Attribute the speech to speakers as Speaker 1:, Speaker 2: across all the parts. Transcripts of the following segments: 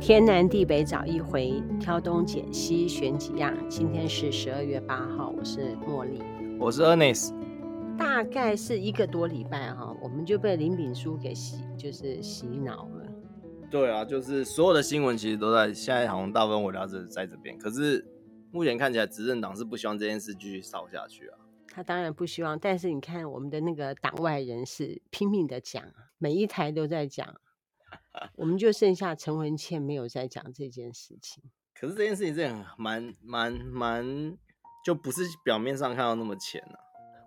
Speaker 1: 天南地北找一回，挑东拣西选几样。今天是十二月八号，我是茉莉。
Speaker 2: 我是 Ernest，
Speaker 1: 大概是一个多礼拜哈，我们就被林炳书给洗，就是洗脑了。
Speaker 2: 对啊，就是所有的新闻其实都在现在，好像大部分围绕着在这边。可是目前看起来，执政党是不希望这件事继续烧下去啊。
Speaker 1: 他当然不希望，但是你看我们的那个党外人士拼命的讲，每一台都在讲，我们就剩下陈文茜没有在讲这件事情。
Speaker 2: 可是这件事情真的很蛮蛮蛮，就不是表面上看到那么浅啊。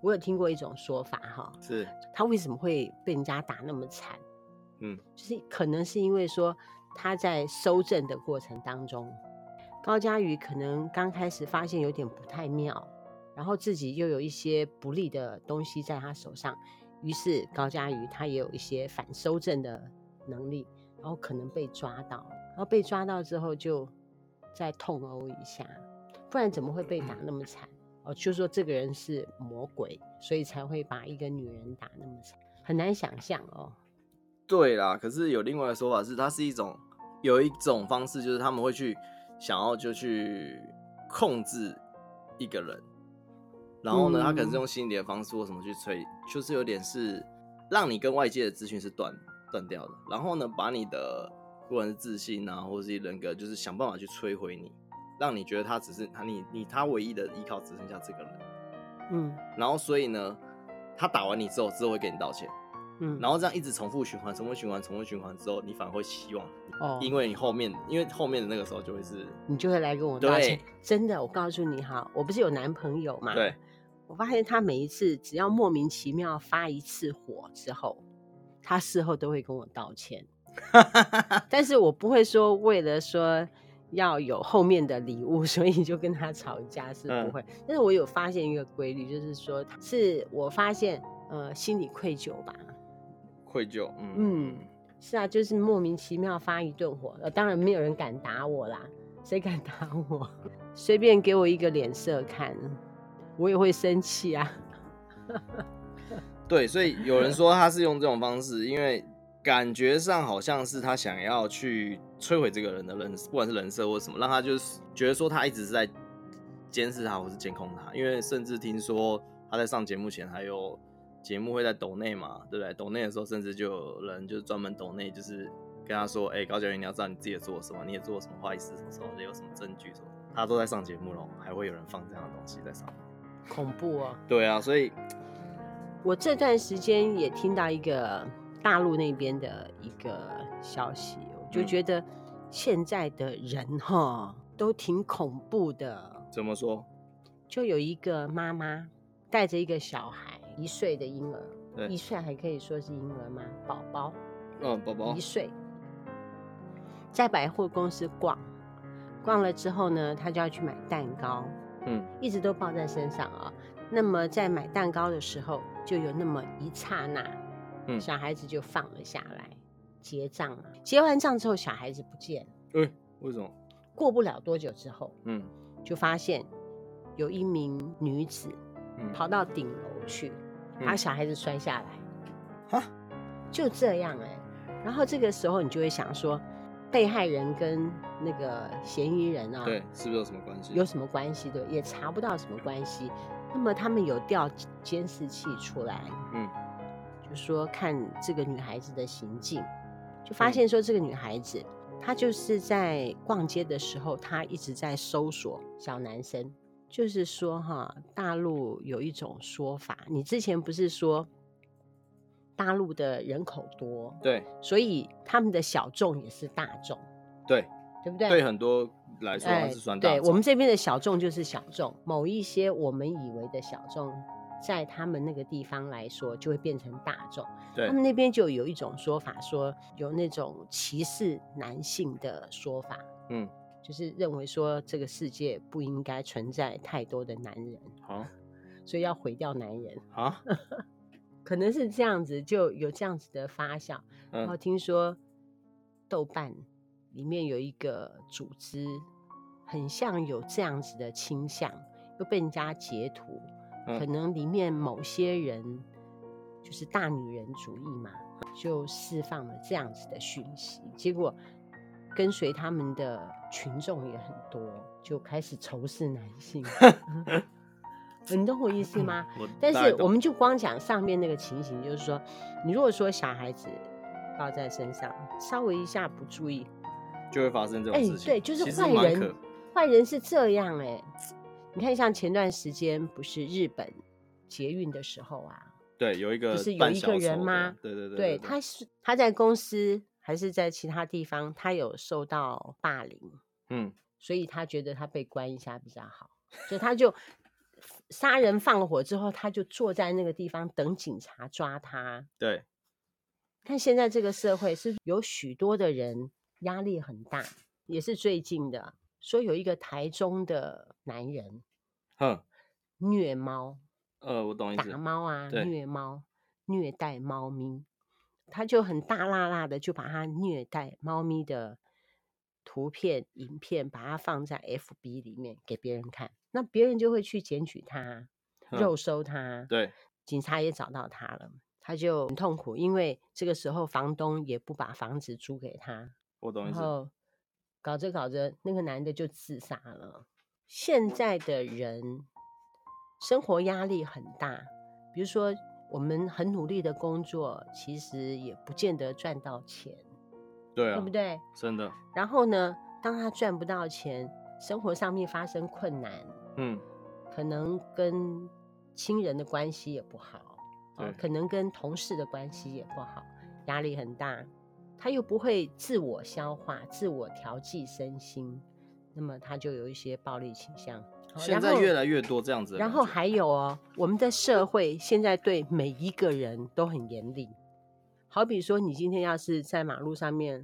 Speaker 1: 我有听过一种说法哈，
Speaker 2: 是，
Speaker 1: 他为什么会被人家打那么惨？
Speaker 2: 嗯，
Speaker 1: 就是可能是因为说他在收证的过程当中，高佳瑜可能刚开始发现有点不太妙，然后自己又有一些不利的东西在他手上，于是高佳瑜他也有一些反收证的能力，然后可能被抓到，然后被抓到之后就再痛殴一下，不然怎么会被打那么惨？哦，就说这个人是魔鬼，所以才会把一个女人打那么惨，很难想象哦。
Speaker 2: 对啦。可是有另外的说法是，它是一种有一种方式，就是他们会去想要就去控制一个人，然后呢，他可能是用心理的方式或什么去催，就是有点是让你跟外界的资讯是断断掉的，然后呢，把你的不管是自信啊，或是人格，就是想办法去摧毁你，让你觉得他只是他你你他唯一的依靠只剩下这个人，
Speaker 1: 嗯
Speaker 2: 然后所以呢，他打完你之后，之后会给你道歉。
Speaker 1: 嗯，
Speaker 2: 然后这样一直重复循环，重复循环，重复循环之后，你反而会希望，
Speaker 1: 哦，
Speaker 2: 因为你后面，因为后面的那个时候就会是，
Speaker 1: 你就会来跟我道歉
Speaker 2: 对。
Speaker 1: 真的，我告诉你哈，我不是有男朋友嘛？
Speaker 2: 对，
Speaker 1: 我发现他每一次只要莫名其妙发一次火之后，他事后都会跟我道 歉，但是我不会说为了说要有后面的礼物， 所以就跟他吵架是不
Speaker 2: 嗯
Speaker 1: 会。但是我有发现一个规律，就是说是我发现呃心理愧疚吧，
Speaker 2: 愧疚，
Speaker 1: 嗯，是啊，就是莫名其妙发一顿火，呃，当然没有人敢打我啦，谁敢打 我？随便给我一个脸色看，我也会生气啊。
Speaker 2: 对，所以有人说他是用这种方式，因为感觉上好像是他想要去摧毁这个人的人，不管是人设或什么，让他就是觉得说他一直是在监视他或是监控他，因为甚至听说他在上节目前还有节目会在抖内嘛，对不对？抖内的时候，甚至就有人就是专门抖内，就是跟他说，哎、高教员你要知道你自己也做了什么，你也做了什么坏事，什么时候有什么证据什么，他都在上节目了，还会有人放这样的东西在上面。
Speaker 1: 恐怖哦！
Speaker 2: 对啊，所以
Speaker 1: 我这段时间也听到一个大陆那边的一个消息，我就
Speaker 2: 嗯
Speaker 1: 觉得现在的人哈都挺恐怖的。
Speaker 2: 怎么说？
Speaker 1: 就有一个妈妈带着一个小孩，一岁的婴儿，
Speaker 2: 对
Speaker 1: 一岁还可以说是婴儿吗？宝宝，
Speaker 2: 嗯，宝宝
Speaker 1: 一，岁，在百货公司逛，逛了之后呢，他就要去买蛋糕，
Speaker 2: 嗯。
Speaker 1: 一直都抱在身上啊、那么在买蛋糕的时候，就有那么一刹那，
Speaker 2: 嗯
Speaker 1: 小孩子就放了下来，结账了。结完账之后，小孩子不见了。
Speaker 2: 哎、为什么？
Speaker 1: 过不了多久之后，
Speaker 2: 嗯
Speaker 1: 就发现有一名女子
Speaker 2: 嗯，
Speaker 1: 跑到顶楼去，把
Speaker 2: 嗯
Speaker 1: 小孩子摔下来。
Speaker 2: 哈
Speaker 1: 就这样哎、然后这个时候你就会想说，被害人跟那个嫌疑人啊，
Speaker 2: 对，是不是有什么关系？
Speaker 1: 有什么关系？对，也查不到什么关系。那么他们有调监视器出来，
Speaker 2: 嗯，
Speaker 1: 就说看这个女孩子的行径，就发现说这个女孩子，她就是在逛街的时候，她一直在搜索小男生。就是说哈，大陆有一种说法，你之前不是说大陆的人口多，
Speaker 2: 对
Speaker 1: 所以他们的小众也是大众，
Speaker 2: 对
Speaker 1: 对不对？
Speaker 2: 对，很多来说它是算大众、
Speaker 1: 哎对我们这边的小众就是小众，某一些我们以为的小众，在他们那个地方来说就会变成大众。
Speaker 2: 对
Speaker 1: 他们那边就有一种说法说，有那种歧视男性的说法，
Speaker 2: 嗯
Speaker 1: 就是认为说这个世界不应该存在太多的男人，
Speaker 2: 好
Speaker 1: 所以要毁掉男人，
Speaker 2: 啊
Speaker 1: 可能是这样子，就有这样子的发酵。然后
Speaker 2: 嗯
Speaker 1: 听说豆瓣里面有一个组织，很像有这样子的倾向，又被人家截图，可
Speaker 2: 嗯
Speaker 1: 能里面某些人就是大女人主义嘛，就释放了这样子的讯息，结果跟随他们的群众也很多，就开始仇视男 性。你懂我意思吗？
Speaker 2: 我
Speaker 1: 但
Speaker 2: 大概
Speaker 1: 是
Speaker 2: 懂
Speaker 1: 我们就光讲上面那个情形，就是说，你如果说小孩子抱在身上，稍微一下不注意，
Speaker 2: 就会发生这种
Speaker 1: 哎、
Speaker 2: 事情。
Speaker 1: 对，就是
Speaker 2: 其实
Speaker 1: 坏
Speaker 2: 蛮
Speaker 1: 人
Speaker 2: 可，
Speaker 1: 坏人是这样哎、你看，像前段时间不是日本捷运的时候啊，
Speaker 2: 对，有一个
Speaker 1: 不是有
Speaker 2: 扮
Speaker 1: 一个
Speaker 2: 小
Speaker 1: 人
Speaker 2: 丑的
Speaker 1: 吗
Speaker 2: 对对对
Speaker 1: 对，他是他在公司还是在其他地方，他有受到霸凌，
Speaker 2: 嗯，
Speaker 1: 所以他觉得他被关一下比较好，所以他就杀人放火之后，他就坐在那个地方等警察抓他。
Speaker 2: 对，
Speaker 1: 看现在这个社会是有许多的人压力很大，也是最近的说有一个台中的男人
Speaker 2: 哼，
Speaker 1: 虐猫，
Speaker 2: 呃，我懂意
Speaker 1: 打
Speaker 2: 思，
Speaker 1: 猫啊，
Speaker 2: 对
Speaker 1: 虐猫，虐待猫咪，他就很大辣辣的就把他虐待猫咪的图片、影片，把它放在 FB 里面给别人看，那别人就会去检举他、啊
Speaker 2: 哼
Speaker 1: 肉搜他，
Speaker 2: 嗯对，
Speaker 1: 警察也找到他了。他就很痛苦，因为这个时候房东也不把房子租给他，
Speaker 2: 我懂意
Speaker 1: 然
Speaker 2: 思，
Speaker 1: 后搞着搞着，那个男的就自杀了。现在的人生活压力很大，比如说我们很努力的工作，其实也不见得赚到钱，
Speaker 2: 对
Speaker 1: 对
Speaker 2: 啊
Speaker 1: 不，对？
Speaker 2: 真的，
Speaker 1: 然后呢，当他赚不到钱，生活上面发生困难，
Speaker 2: 嗯，
Speaker 1: 可能跟亲人的关系也不好，
Speaker 2: 对
Speaker 1: 哦，可能跟同事的关系也不好，压力很大，他又不会自我消化、自我调剂身心，那么他就有一些暴力倾向。好
Speaker 2: 现
Speaker 1: 然
Speaker 2: 在
Speaker 1: 后
Speaker 2: 越来越多这样子的感
Speaker 1: 然
Speaker 2: 觉，
Speaker 1: 后还有哦，我们的社会现在对每一个人都很严厉。好比说，你今天要是在马路上面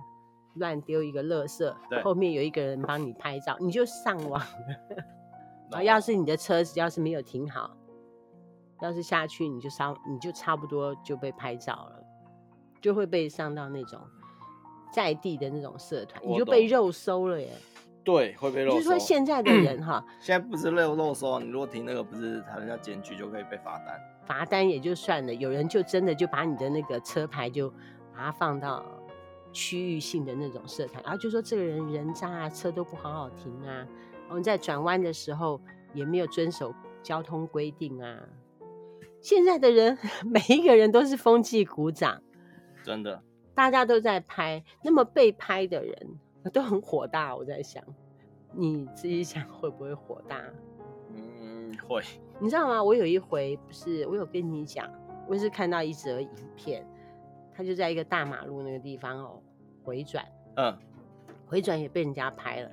Speaker 1: 乱丢一个垃
Speaker 2: 对
Speaker 1: 圾，后面有一个人帮你拍照，你就上网了。
Speaker 2: 那
Speaker 1: 啊，要是你的车子要是没有停好，要是下去你就稍你就差不多就被拍照了，就会被上到那种在地的那种社团，你
Speaker 2: 我
Speaker 1: 就被
Speaker 2: 懂
Speaker 1: 肉搜了耶。
Speaker 2: 对会被
Speaker 1: 也
Speaker 2: 肉
Speaker 1: 就是说
Speaker 2: 搜
Speaker 1: 现在的 人哈，
Speaker 2: 现在不是肉肉搜啊，你如果停那个不是他人家检举就可以被罚单，
Speaker 1: 罚单也就算了，有人就真的就把你的那个车牌就把它放到区域性的那种社团，然后就说这个人人渣啊，车都不好好停啊，我们在转弯的时候也没有遵守交通规定啊。现在的人 每一个人都是风纪鼓掌，
Speaker 2: 真的，
Speaker 1: 大家都在拍，那么被拍的人都很火大，我在想，你自己想会不会火大？
Speaker 2: 嗯，会，
Speaker 1: 你知道吗？我有一回不是，我有跟你讲，我也是看到一则影片，他就在一个大马路那个地方哦，回转，
Speaker 2: 嗯，
Speaker 1: 回转也被人家拍了。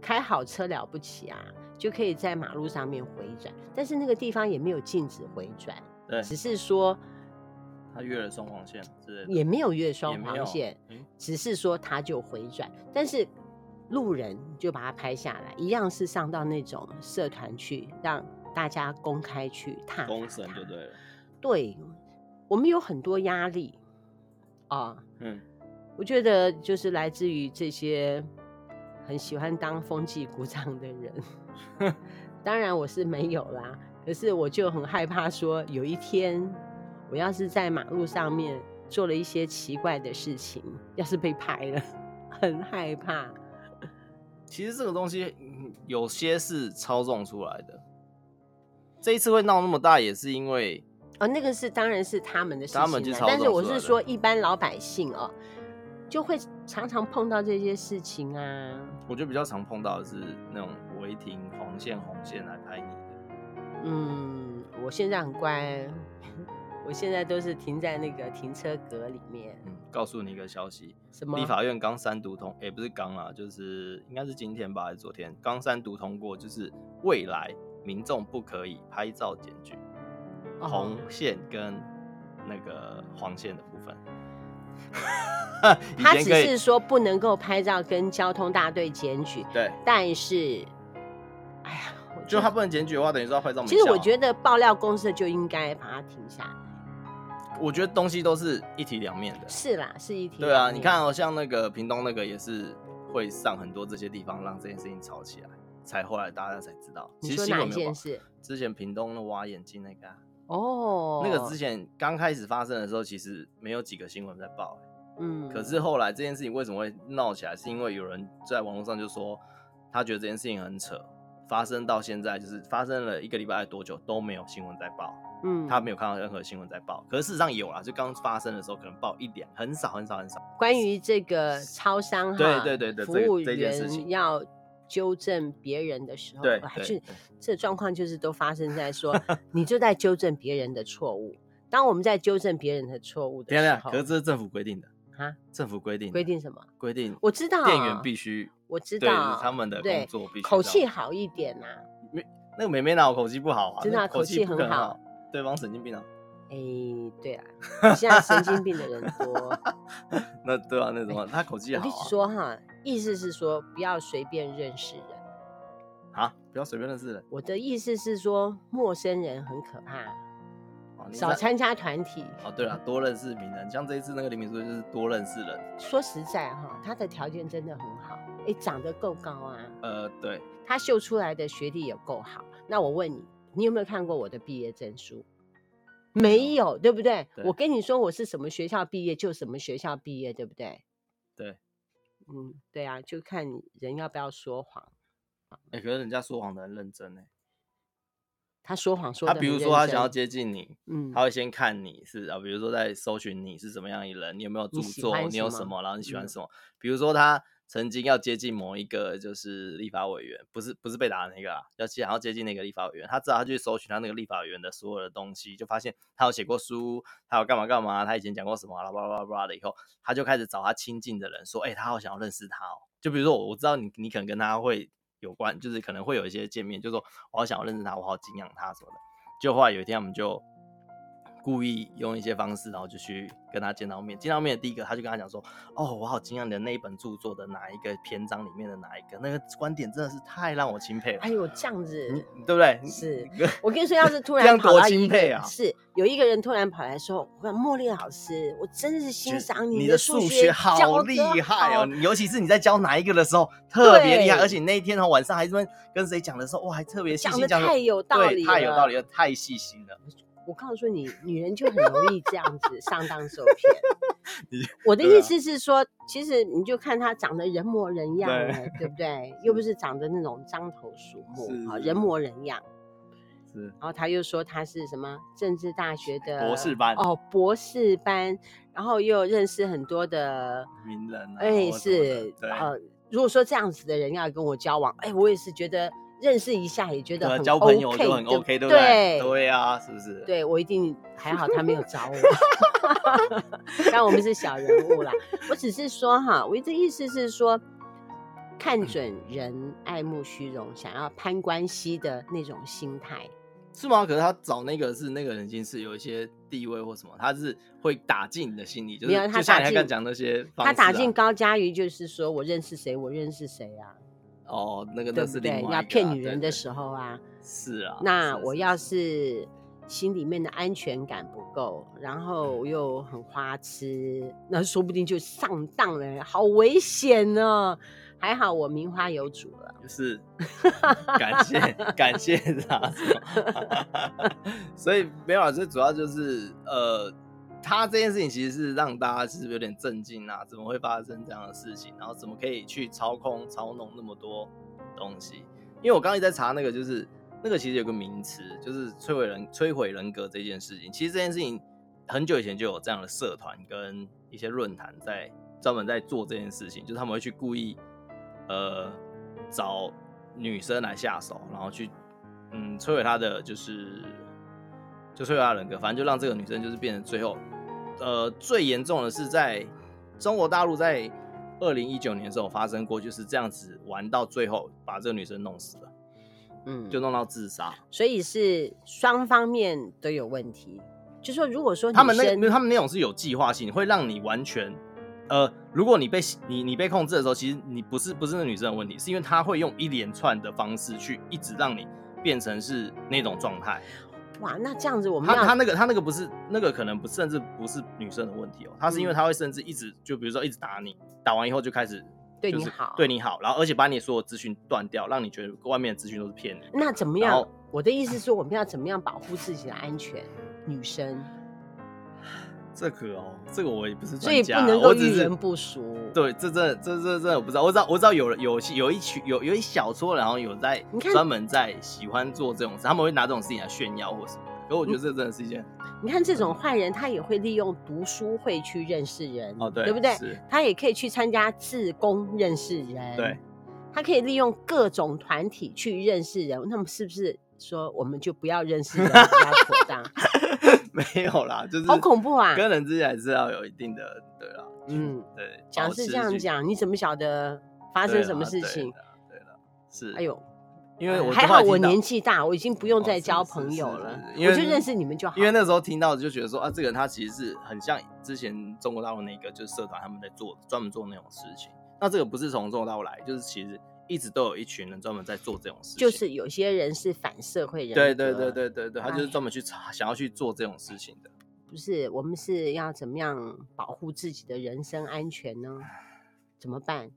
Speaker 1: 开好车了不起啊，就可以在马路上面回转，但是那个地方也没有禁止回转，
Speaker 2: 对，
Speaker 1: 只是说
Speaker 2: 他越了双黄线之类的，
Speaker 1: 也没有越
Speaker 2: 也
Speaker 1: 双
Speaker 2: 没有
Speaker 1: 黄线，
Speaker 2: 嗯
Speaker 1: 只是说他就回转，但是路人就把它拍下来，一样是上到那种社团去，让大家公开去踏伐
Speaker 2: 公审
Speaker 1: 它
Speaker 2: 就对 了，
Speaker 1: 对我们有很多压力啊，
Speaker 2: 嗯，
Speaker 1: 我觉得就是来自于这些很喜欢当风纪鼓掌的人。当然我是没有啦，可是我就很害怕说有一天我要是在马路上面做了一些奇怪的事情，要是被拍了， 很害怕。
Speaker 2: 其实这个东西嗯有些是操纵出来的。这一次会闹那么大，也是因为
Speaker 1: 啊，那个是当然是他们的事情
Speaker 2: 他们去
Speaker 1: 啦
Speaker 2: 操
Speaker 1: 但是
Speaker 2: 纵
Speaker 1: 我
Speaker 2: 出
Speaker 1: 是
Speaker 2: 来的
Speaker 1: 说一般老百姓哦，就会常常碰到这些事情啊。
Speaker 2: 我觉得比较常碰到的是那种违停黄线红线来拍你的，
Speaker 1: 嗯，我现在很乖，我现在都是停在那个停车格里面。
Speaker 2: 嗯，告诉你一个消息，
Speaker 1: 什么？
Speaker 2: 立法院刚三读通，也、不是刚啊，就是应该是今天吧，还是昨天刚三读通过，就是未来民众不可以拍照检举、
Speaker 1: 哦
Speaker 2: 红线跟那个黄线的部分。以
Speaker 1: 他
Speaker 2: 前
Speaker 1: 只
Speaker 2: 可以
Speaker 1: 是说不能够拍照跟交通大队检举，
Speaker 2: 对，
Speaker 1: 但是，哎呀，我
Speaker 2: 就
Speaker 1: 觉
Speaker 2: 他
Speaker 1: 得
Speaker 2: 不能检举的话，等于说他拍照没
Speaker 1: 其实
Speaker 2: 效
Speaker 1: 我
Speaker 2: 啊
Speaker 1: 觉得爆料公社就应该把它停下来。
Speaker 2: 我觉得东西都是一体两面的。
Speaker 1: 是啦，是一体。
Speaker 2: 对啊，你看，哦，像那个屏东那个也是会上很多这些地方，让这件事情吵起来，才后来大家才知道。
Speaker 1: 你
Speaker 2: 其实
Speaker 1: 说
Speaker 2: 新
Speaker 1: 哪
Speaker 2: 闻
Speaker 1: 一
Speaker 2: 没有
Speaker 1: 件
Speaker 2: 报。
Speaker 1: 事？
Speaker 2: 之前屏东的挖眼睛那个、啊，
Speaker 1: 哦，
Speaker 2: 那个之前刚开始发生的时候，其实没有几个新闻在报、
Speaker 1: 嗯，
Speaker 2: 可是后来这件事情为什么会闹起来，是因为有人在网络上就说他觉得这件事情很扯，发生到现在就是发生了一个礼拜多久都没有新闻在报，
Speaker 1: 嗯，
Speaker 2: 他没有看到任何新闻在报。可是事实上有啦，就刚发生的时候可能报一点，很少很少很少。
Speaker 1: 关于这个超商哈，
Speaker 2: 对对对对
Speaker 1: 服
Speaker 2: 这个
Speaker 1: 务
Speaker 2: 这件事情
Speaker 1: 员要纠正别人的时候，
Speaker 2: 对
Speaker 1: 还
Speaker 2: 对
Speaker 1: 是
Speaker 2: 对
Speaker 1: 这状况就是都发生在 说，你就在纠正别人的错误。当我们在纠正别人的错误的
Speaker 2: 等一下，
Speaker 1: 时
Speaker 2: 等一下
Speaker 1: 候，
Speaker 2: 可是这是政府规定的，
Speaker 1: 啊，
Speaker 2: 政府规定的
Speaker 1: 规定什么？
Speaker 2: 规定，
Speaker 1: 我知道
Speaker 2: 店员必须
Speaker 1: 我知
Speaker 2: 对
Speaker 1: 道
Speaker 2: 他们的
Speaker 1: 对
Speaker 2: 工作必须
Speaker 1: 口
Speaker 2: 这
Speaker 1: 气
Speaker 2: 样
Speaker 1: 好一点呐、啊。
Speaker 2: 那个妹妹哪有口气不好啊？
Speaker 1: 真的
Speaker 2: 那
Speaker 1: 啊
Speaker 2: 口
Speaker 1: 口气
Speaker 2: 不
Speaker 1: 很
Speaker 2: 可能
Speaker 1: 好
Speaker 2: 好，对方神经病啊。
Speaker 1: 哎，对啊，现在神经病的人多。
Speaker 2: 那对啊，那什么，他口气
Speaker 1: 我
Speaker 2: 好
Speaker 1: 一
Speaker 2: 啊
Speaker 1: 直说哈，意思是说不要随便认识人。
Speaker 2: 啊，不要随便认识人
Speaker 1: 我的意思是说，陌生人很可怕，
Speaker 2: 啊。你
Speaker 1: 少
Speaker 2: 在
Speaker 1: 参加团体。
Speaker 2: 哦，对了，多认识名人，像这一次那个林明说就是多认识人。
Speaker 1: 说实在哈，他的条件真的很好，哎，长得够高啊，
Speaker 2: 呃，对，
Speaker 1: 他秀出来的学历也够好。那我问你，你有没有看过我的毕业证书？没有，对不对？
Speaker 2: 对
Speaker 1: 我跟你说，我是什么学校毕业就什么学校毕业，对不对？
Speaker 2: 对，
Speaker 1: 嗯，对啊，就看你人要不要说谎。
Speaker 2: 哎、可是人家说谎的很认真呢、
Speaker 1: 他说谎说
Speaker 2: 他
Speaker 1: 的，
Speaker 2: 比如说他想要，接近你，
Speaker 1: 嗯，
Speaker 2: 他会先看你是啊，比如说在搜寻你是什么样一人，你有没有著
Speaker 1: 你喜
Speaker 2: 作，
Speaker 1: 欢
Speaker 2: 你有
Speaker 1: 什
Speaker 2: 什
Speaker 1: 么
Speaker 2: 么，然后你喜欢
Speaker 1: 嗯
Speaker 2: 什么。比如说他曾经要接近某一个就是立法委员，不是不是被打的那个啊，要想要接近那个立法委员，他知道他去搜寻他那个立法委员的所有的东西，就发现他有写过书，他有干嘛干嘛，他以前讲过什么啊，巴拉巴拉巴拉的，以后他就开始找他亲近的人说，哎、他好想要认识他哦。就比如说我我知道你你可能跟他会有关，就是可能会有一些见面，就说我好想要认识他，我好敬仰他什么的。就后来有一天，我们就故意用一些方式，然后就去跟他见到面。见到面的第一个，他就跟他讲说：“哦，我好惊讶你的那一本著作的哪一个篇章里面的哪一个，那个观点真的是太让我钦佩了。
Speaker 1: 哎呦，这样子，
Speaker 2: 你对不对？
Speaker 1: 是
Speaker 2: 你
Speaker 1: 我跟你说，要是突
Speaker 2: 这
Speaker 1: 然
Speaker 2: 样
Speaker 1: 跑
Speaker 2: 多
Speaker 1: 到
Speaker 2: 钦
Speaker 1: 一
Speaker 2: 佩
Speaker 1: 个
Speaker 2: 啊
Speaker 1: 是有一个人突然跑来说：“我跟茉莉老师，我真是
Speaker 2: 觉
Speaker 1: 欣
Speaker 2: 得
Speaker 1: 赏
Speaker 2: 你
Speaker 1: 的
Speaker 2: 数
Speaker 1: 学
Speaker 2: 好
Speaker 1: 教
Speaker 2: 厉
Speaker 1: 得
Speaker 2: 害
Speaker 1: 好
Speaker 2: 哦，尤其是你在教哪一个的时候特别厉害，
Speaker 1: 对
Speaker 2: 而且那一天哦晚上还是跟跟谁讲的时候，哇，还特别细
Speaker 1: 讲
Speaker 2: 心
Speaker 1: 的
Speaker 2: 讲得
Speaker 1: 太有道
Speaker 2: 对
Speaker 1: 理
Speaker 2: 太有
Speaker 1: 了
Speaker 2: 道理了，太细心了。
Speaker 1: 我告诉你，女人就很容易这样子上当受骗
Speaker 2: 你。
Speaker 1: 我的
Speaker 2: 对
Speaker 1: 意
Speaker 2: 啊
Speaker 1: 思是说，其实你就看她长得人模人样
Speaker 2: 对
Speaker 1: 了，对不 对？又不是长得那种獐头鼠目啊，
Speaker 2: 是
Speaker 1: 人模人样。
Speaker 2: 是
Speaker 1: 然后他又说他是什么政治大学的
Speaker 2: 博士班
Speaker 1: 哦，博士班，然后又认识很多的
Speaker 2: 名人啊，
Speaker 1: 哎，
Speaker 2: 或什么的
Speaker 1: 是
Speaker 2: 对。
Speaker 1: 呃，如果说这样子的人要跟我交往，哎，我也是觉得认识一下也觉得
Speaker 2: 对啊
Speaker 1: 很
Speaker 2: 交朋友就很
Speaker 1: OK，
Speaker 2: OK，
Speaker 1: 对不
Speaker 2: 对不
Speaker 1: 对？
Speaker 2: 对？对啊，是不是？
Speaker 1: 对我一定还好，他没 有 找我。但我们是小人物啦，我只是说哈，我的意思是说，
Speaker 2: 嗯
Speaker 1: 看准人爱慕虚荣，想要攀关系的那种心态。
Speaker 2: 是吗？可是他找那个是那个人已经是有一些地位或什么，他是会打进你的心里，就是
Speaker 1: 没有他
Speaker 2: 就
Speaker 1: 打
Speaker 2: 像你刚
Speaker 1: 进
Speaker 2: 刚讲那些方
Speaker 1: 他
Speaker 2: 式、啊，
Speaker 1: 打进高佳瑜，就是说我认识谁，我认识谁啊，
Speaker 2: 哦，那
Speaker 1: 对
Speaker 2: 个那
Speaker 1: 不
Speaker 2: 是另外
Speaker 1: 对
Speaker 2: 一？个啊、
Speaker 1: 要骗女人
Speaker 2: 对
Speaker 1: 的时候啊，
Speaker 2: 对是啊，
Speaker 1: 那
Speaker 2: 是
Speaker 1: 我
Speaker 2: 是
Speaker 1: 要
Speaker 2: 是
Speaker 1: 是心里面的安全感不够，然后
Speaker 2: 嗯
Speaker 1: 又很花痴，那说不定就上当了，好危险呢、还好我名花有主了，
Speaker 2: 就是感谢感谢他，所以没有啊，这主要就是呃，他这件事情其实是让大家是有点震惊啊，怎么会发生这样的事情？然后怎么可以去操控操弄那么多东西？因为我刚刚一直在查那个，就是那个其实有个名词，就是摧毁人摧毁人格这件事情。其实这件事情很久以前就有这样的社团跟一些论坛在专门在做这件事情，就是他们会去故意呃找女生来下手，然后去嗯摧毁她的就是就摧毁她的人格，反正就让这个女生就是变成最后呃最严重的是在中国大陆在。二零一九年的时候发生过，就是这样子玩到最后，把这个女生弄死了，
Speaker 1: 嗯，
Speaker 2: 就弄到自杀。
Speaker 1: 所以是双方面都有问题。就说如果说
Speaker 2: 他们
Speaker 1: 女
Speaker 2: 那
Speaker 1: 生
Speaker 2: 没有，他们那种是有计划性，会让你完全，呃，如果你被你你被控制的时候，其实你不是不是那女生的问题，是因为他会用一连串的方式去一直让你变成是那种状态。
Speaker 1: 哇，那这样子我们
Speaker 2: 他
Speaker 1: 要
Speaker 2: 他那个他那个不是那个可能不甚至不是女生的问题哦，他是因为
Speaker 1: 嗯
Speaker 2: 他会甚至一直就比如说一直打你，打完以后就开始
Speaker 1: 对
Speaker 2: 就
Speaker 1: 你
Speaker 2: 是
Speaker 1: 好
Speaker 2: 对你好，然后而且把你所有资讯断掉，让你觉得外面的资讯都是骗你。
Speaker 1: 那怎么
Speaker 2: 然
Speaker 1: 样
Speaker 2: 后？
Speaker 1: 我的意思是说，我们要怎么样保护自己的安全？女生
Speaker 2: 这个哦，这个我也不是
Speaker 1: 所以
Speaker 2: 专
Speaker 1: 不
Speaker 2: 家啊，
Speaker 1: 能
Speaker 2: 我
Speaker 1: 够
Speaker 2: 只
Speaker 1: 遇
Speaker 2: 是
Speaker 1: 人不淑。
Speaker 2: 对，这这这这这我不知道，我知道我知道有人有有一群有有一小撮人，好像有在
Speaker 1: 你看
Speaker 2: 专门在喜欢做这种事，他们会拿这种事情来炫耀或什么的。可我
Speaker 1: 嗯
Speaker 2: 觉得这真的是一件、
Speaker 1: 你看这种坏人，他也会利用读书会去认识人，
Speaker 2: 哦，对，
Speaker 1: 对不对？
Speaker 2: 是，
Speaker 1: 他也可以去参加志工认识人，
Speaker 2: 对，
Speaker 1: 他可以利用各种团体去认识人。那么是不是说我们就不要认识人比较妥 当？
Speaker 2: 没有啦，就是
Speaker 1: 好恐怖啊！
Speaker 2: 跟人之间还是要有一定的对啦，
Speaker 1: 嗯
Speaker 2: 嗯，对，
Speaker 1: 讲
Speaker 2: 保
Speaker 1: 是
Speaker 2: 持
Speaker 1: 这样
Speaker 2: 距
Speaker 1: 讲，你怎么晓得发
Speaker 2: 对
Speaker 1: 生什
Speaker 2: 啦
Speaker 1: 么事
Speaker 2: 对
Speaker 1: 情？
Speaker 2: 啦对了，是，
Speaker 1: 哎，呦，
Speaker 2: 因为我
Speaker 1: 还
Speaker 2: 后
Speaker 1: 好
Speaker 2: 来
Speaker 1: 我
Speaker 2: 听到
Speaker 1: 年纪大，我已经不用
Speaker 2: 哦
Speaker 1: 再
Speaker 2: 是
Speaker 1: 交
Speaker 2: 是
Speaker 1: 朋
Speaker 2: 是
Speaker 1: 友
Speaker 2: 是
Speaker 1: 了，
Speaker 2: 因
Speaker 1: 我
Speaker 2: 为
Speaker 1: 就认识你们就好。
Speaker 2: 因为那时候听到就觉得说啊，这个人他其实是很像之前中国大陆那个就是社团他们在做专门做那种事情。那这个不是从中国大陆来，就是其实一直都有一群人专门在做这种事情。
Speaker 1: 就是有些人是反社会人格，
Speaker 2: 对对对对对对，他就
Speaker 1: 哎
Speaker 2: 是专门去查想要去做这种事情的。
Speaker 1: 不是，我们是要怎么样保护自己的人身安全呢？怎么办？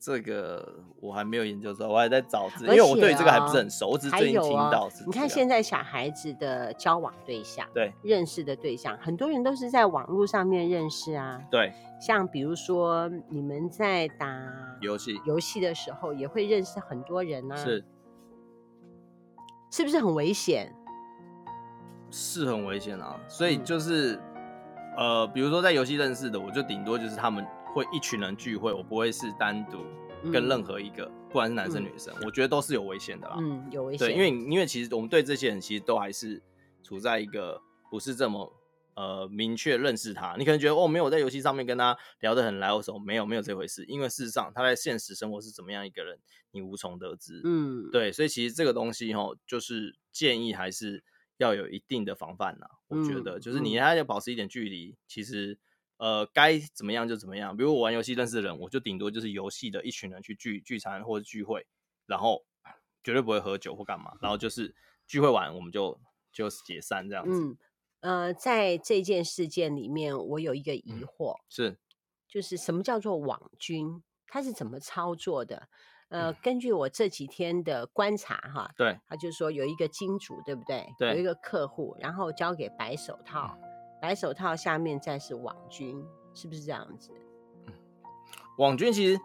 Speaker 2: 这个我还没有研究出来，我还在找资，因
Speaker 1: 而
Speaker 2: 为我
Speaker 1: 且
Speaker 2: 对这个还不
Speaker 1: 哦
Speaker 2: 是很熟，我只是
Speaker 1: 还
Speaker 2: 最近
Speaker 1: 有
Speaker 2: 听
Speaker 1: 哦
Speaker 2: 到是。
Speaker 1: 你看现在小孩子的交往对象、
Speaker 2: 对
Speaker 1: 认识的对象，很多人都是在网络上面认识啊。
Speaker 2: 对
Speaker 1: 像比如说你们在打
Speaker 2: 游戏
Speaker 1: 游戏的时候，也会认识很多人啊，
Speaker 2: 是
Speaker 1: 是不是很危险？
Speaker 2: 是很危险啊，所以
Speaker 1: 嗯
Speaker 2: 就是、呃，比如说在游戏认识的，我就顶多就是他们会一群人聚会，我不会是单独跟
Speaker 1: 嗯
Speaker 2: 任何一个，不管是男生
Speaker 1: 嗯
Speaker 2: 女生，我觉得都是有危险的啦。
Speaker 1: 嗯，有危险。
Speaker 2: 对，因为因为其实我们对这些人其实都还是处在一个不是这么呃明确认识他，你可能觉得哦，没有我在游戏上面跟他聊得很来，我什么没有没有这回事，因为事实上他在现实生活是怎么样一个人，你无从得知。
Speaker 1: 嗯，
Speaker 2: 对，所以其实这个东西哈，就是建议还是要有一定的防范呐、我觉得，
Speaker 1: 嗯
Speaker 2: 就是你
Speaker 1: 嗯
Speaker 2: 还要保持一点距离。其实，呃，该怎么样就怎么样。比如我玩游戏认识的人，我就顶多就是游戏的一群人去聚聚餐或者聚会，然后绝对不会喝酒或干嘛。然后就是聚会完我们就就解散这样子。
Speaker 1: 嗯呃，在这件事件里面，我有一个
Speaker 2: 嗯
Speaker 1: 疑惑，
Speaker 2: 是
Speaker 1: 就是什么叫做网军，它是怎么操作
Speaker 2: 嗯
Speaker 1: 的？呃，根据我这几天的观察哈，
Speaker 2: 对
Speaker 1: 他就说有一个金主，对不对？有
Speaker 2: 对嗯
Speaker 1: 一个客户，然后交给白手套，白手套下面再是网军，是不是这样子？
Speaker 2: 网军其实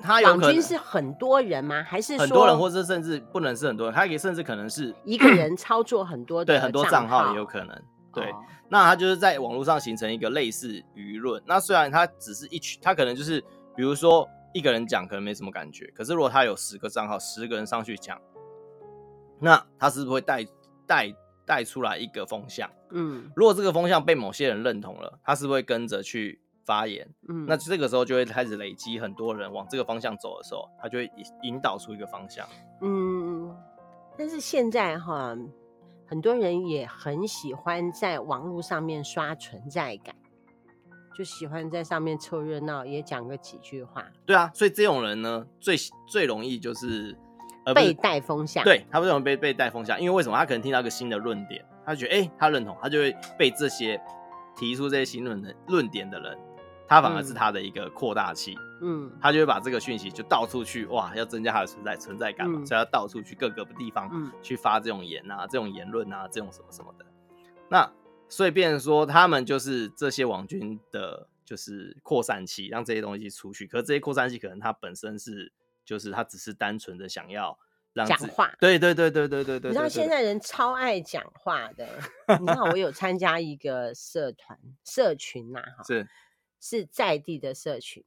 Speaker 2: 他有
Speaker 1: 网
Speaker 2: 可
Speaker 1: 军
Speaker 2: 能
Speaker 1: 是很多人吗？还是
Speaker 2: 很多人，
Speaker 1: 说
Speaker 2: 或是甚至不能是很多人，他也甚至可能是
Speaker 1: 一个人操作很多
Speaker 2: 对
Speaker 1: 的
Speaker 2: 很多账
Speaker 1: 账
Speaker 2: 号也有可能。对，
Speaker 1: 哦
Speaker 2: 那他就是在网络上形成一个类似舆论。那虽然他只是一群，他可能就是比如说一个人讲可能没什么感觉，可是如果他有十个账号，十个人上去讲，那他是不是会带带带出来一个风向？
Speaker 1: 嗯
Speaker 2: 如果这个风向被某些人认同了，他是不是会跟着去发言？
Speaker 1: 嗯，
Speaker 2: 那这个时候就会开始累积很多人往这个方向走的时候，他就会引引导出一个方向。
Speaker 1: 嗯，但是现在哈，很多人也很喜欢在网络上面刷存在感，就喜欢在上面凑热闹，也讲个几句话，
Speaker 2: 对啊，所以这种人呢，最最容易就是。呃不是
Speaker 1: 被带风向。，
Speaker 2: 对他为什么被被带风向？因为为什么他可能听到一个新的论点，他就觉得哎、诶他认同，他就会被这些提出这些新论的论点的人，他反而是
Speaker 1: 嗯
Speaker 2: 他的一个扩大器，
Speaker 1: 嗯
Speaker 2: 他就会把这个讯息就到处去哇，要增加他的存在存在感嘛，
Speaker 1: 嗯
Speaker 2: 所以他到处去各个地方
Speaker 1: 嗯
Speaker 2: 去发这种言啊、这种言论啊、这种什么什么的。那所以变成说，他们就是这些网军的，就是扩散器，让这些东西出去。可是这些扩散器可能它本身是，就是它只是单纯的想要让
Speaker 1: 讲
Speaker 2: 自己
Speaker 1: 话
Speaker 2: 对对对对对对对。
Speaker 1: 你知道
Speaker 2: 对
Speaker 1: 现
Speaker 2: 对
Speaker 1: 在人超爱讲话的。你知道我有参加一个社团社群呐、哈，
Speaker 2: 是
Speaker 1: 是在地的社群，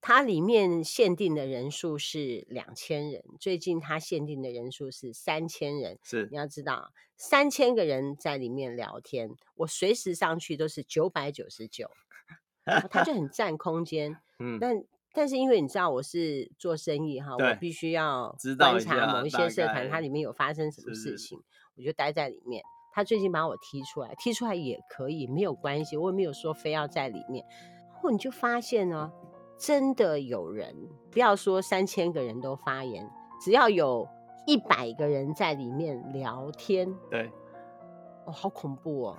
Speaker 1: 它里面限定的人数是两千人，最近它限定的人数是三千人。
Speaker 2: 是
Speaker 1: 你要知道，三千个人在里面聊天，我随时上去都是九百九十 九，然后他就很占空间。
Speaker 2: 嗯，
Speaker 1: 但但是因为你知道我是做生意哈，我
Speaker 2: 对
Speaker 1: 必须要
Speaker 2: 知道
Speaker 1: 观
Speaker 2: 一
Speaker 1: 察
Speaker 2: 下
Speaker 1: 某一些
Speaker 2: 大
Speaker 1: 社团，它
Speaker 2: 概
Speaker 1: 里面有发生什么
Speaker 2: 是
Speaker 1: 事
Speaker 2: 是
Speaker 1: 情，我就待在里面。他最近把我踢出来，踢出来也可以，没有关系，我也没有说非要在里面。然后你就发现呢、真的有人，不要说三千个人都发言，只要有一百个人在里面聊天，
Speaker 2: 对
Speaker 1: 哦，好恐怖哦，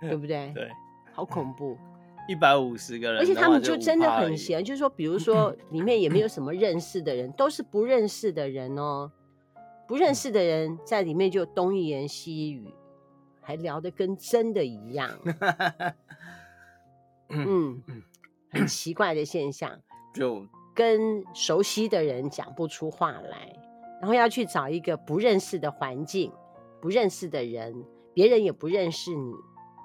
Speaker 1: 对不对？
Speaker 2: 对，
Speaker 1: 好恐怖。
Speaker 2: 一百五十个人的话，
Speaker 1: 而且他们就
Speaker 2: 5%
Speaker 1: 真的
Speaker 2: 而
Speaker 1: 很
Speaker 2: 已嗯
Speaker 1: 闲，就是说，比如说里面也没有什么认识的人，都是不认识
Speaker 2: 嗯
Speaker 1: 的人哦。不认识的人在里面就东一言西一语，还聊得跟真的一样，
Speaker 2: 嗯，
Speaker 1: 嗯，很奇怪的现象。
Speaker 2: 就
Speaker 1: 跟熟悉的人讲不出话来，然后要去找一个不认识的环境、不认识的人，别人也不认识你，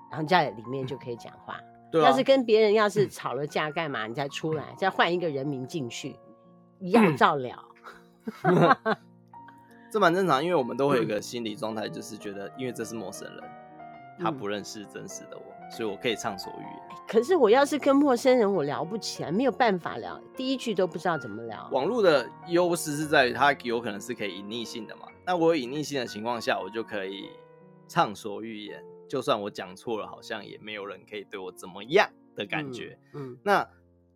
Speaker 1: 然后你在里面
Speaker 2: 嗯
Speaker 1: 就可以讲话。
Speaker 2: 对啊
Speaker 1: 要是，跟别人要是吵了架，干嘛你再出来，再换一个人名进去，一
Speaker 2: 嗯
Speaker 1: 样照聊。
Speaker 2: 这蛮正常，因为我们都会有一个心理状态，就是觉得因为这是陌生人，他
Speaker 1: 嗯
Speaker 2: 不认识真实的我，所以我可以畅所欲言。
Speaker 1: 可是我要是跟陌生人，我聊不起来，没有办法聊，第一句都不知道怎么聊。
Speaker 2: 网络的优势是在于它有可能是可以隐匿性的嘛，那我有隐匿性的情况下，我就可以畅所欲言，就算我讲错了，好像也没有人可以对我怎么样的感觉。
Speaker 1: 嗯，嗯，
Speaker 2: 那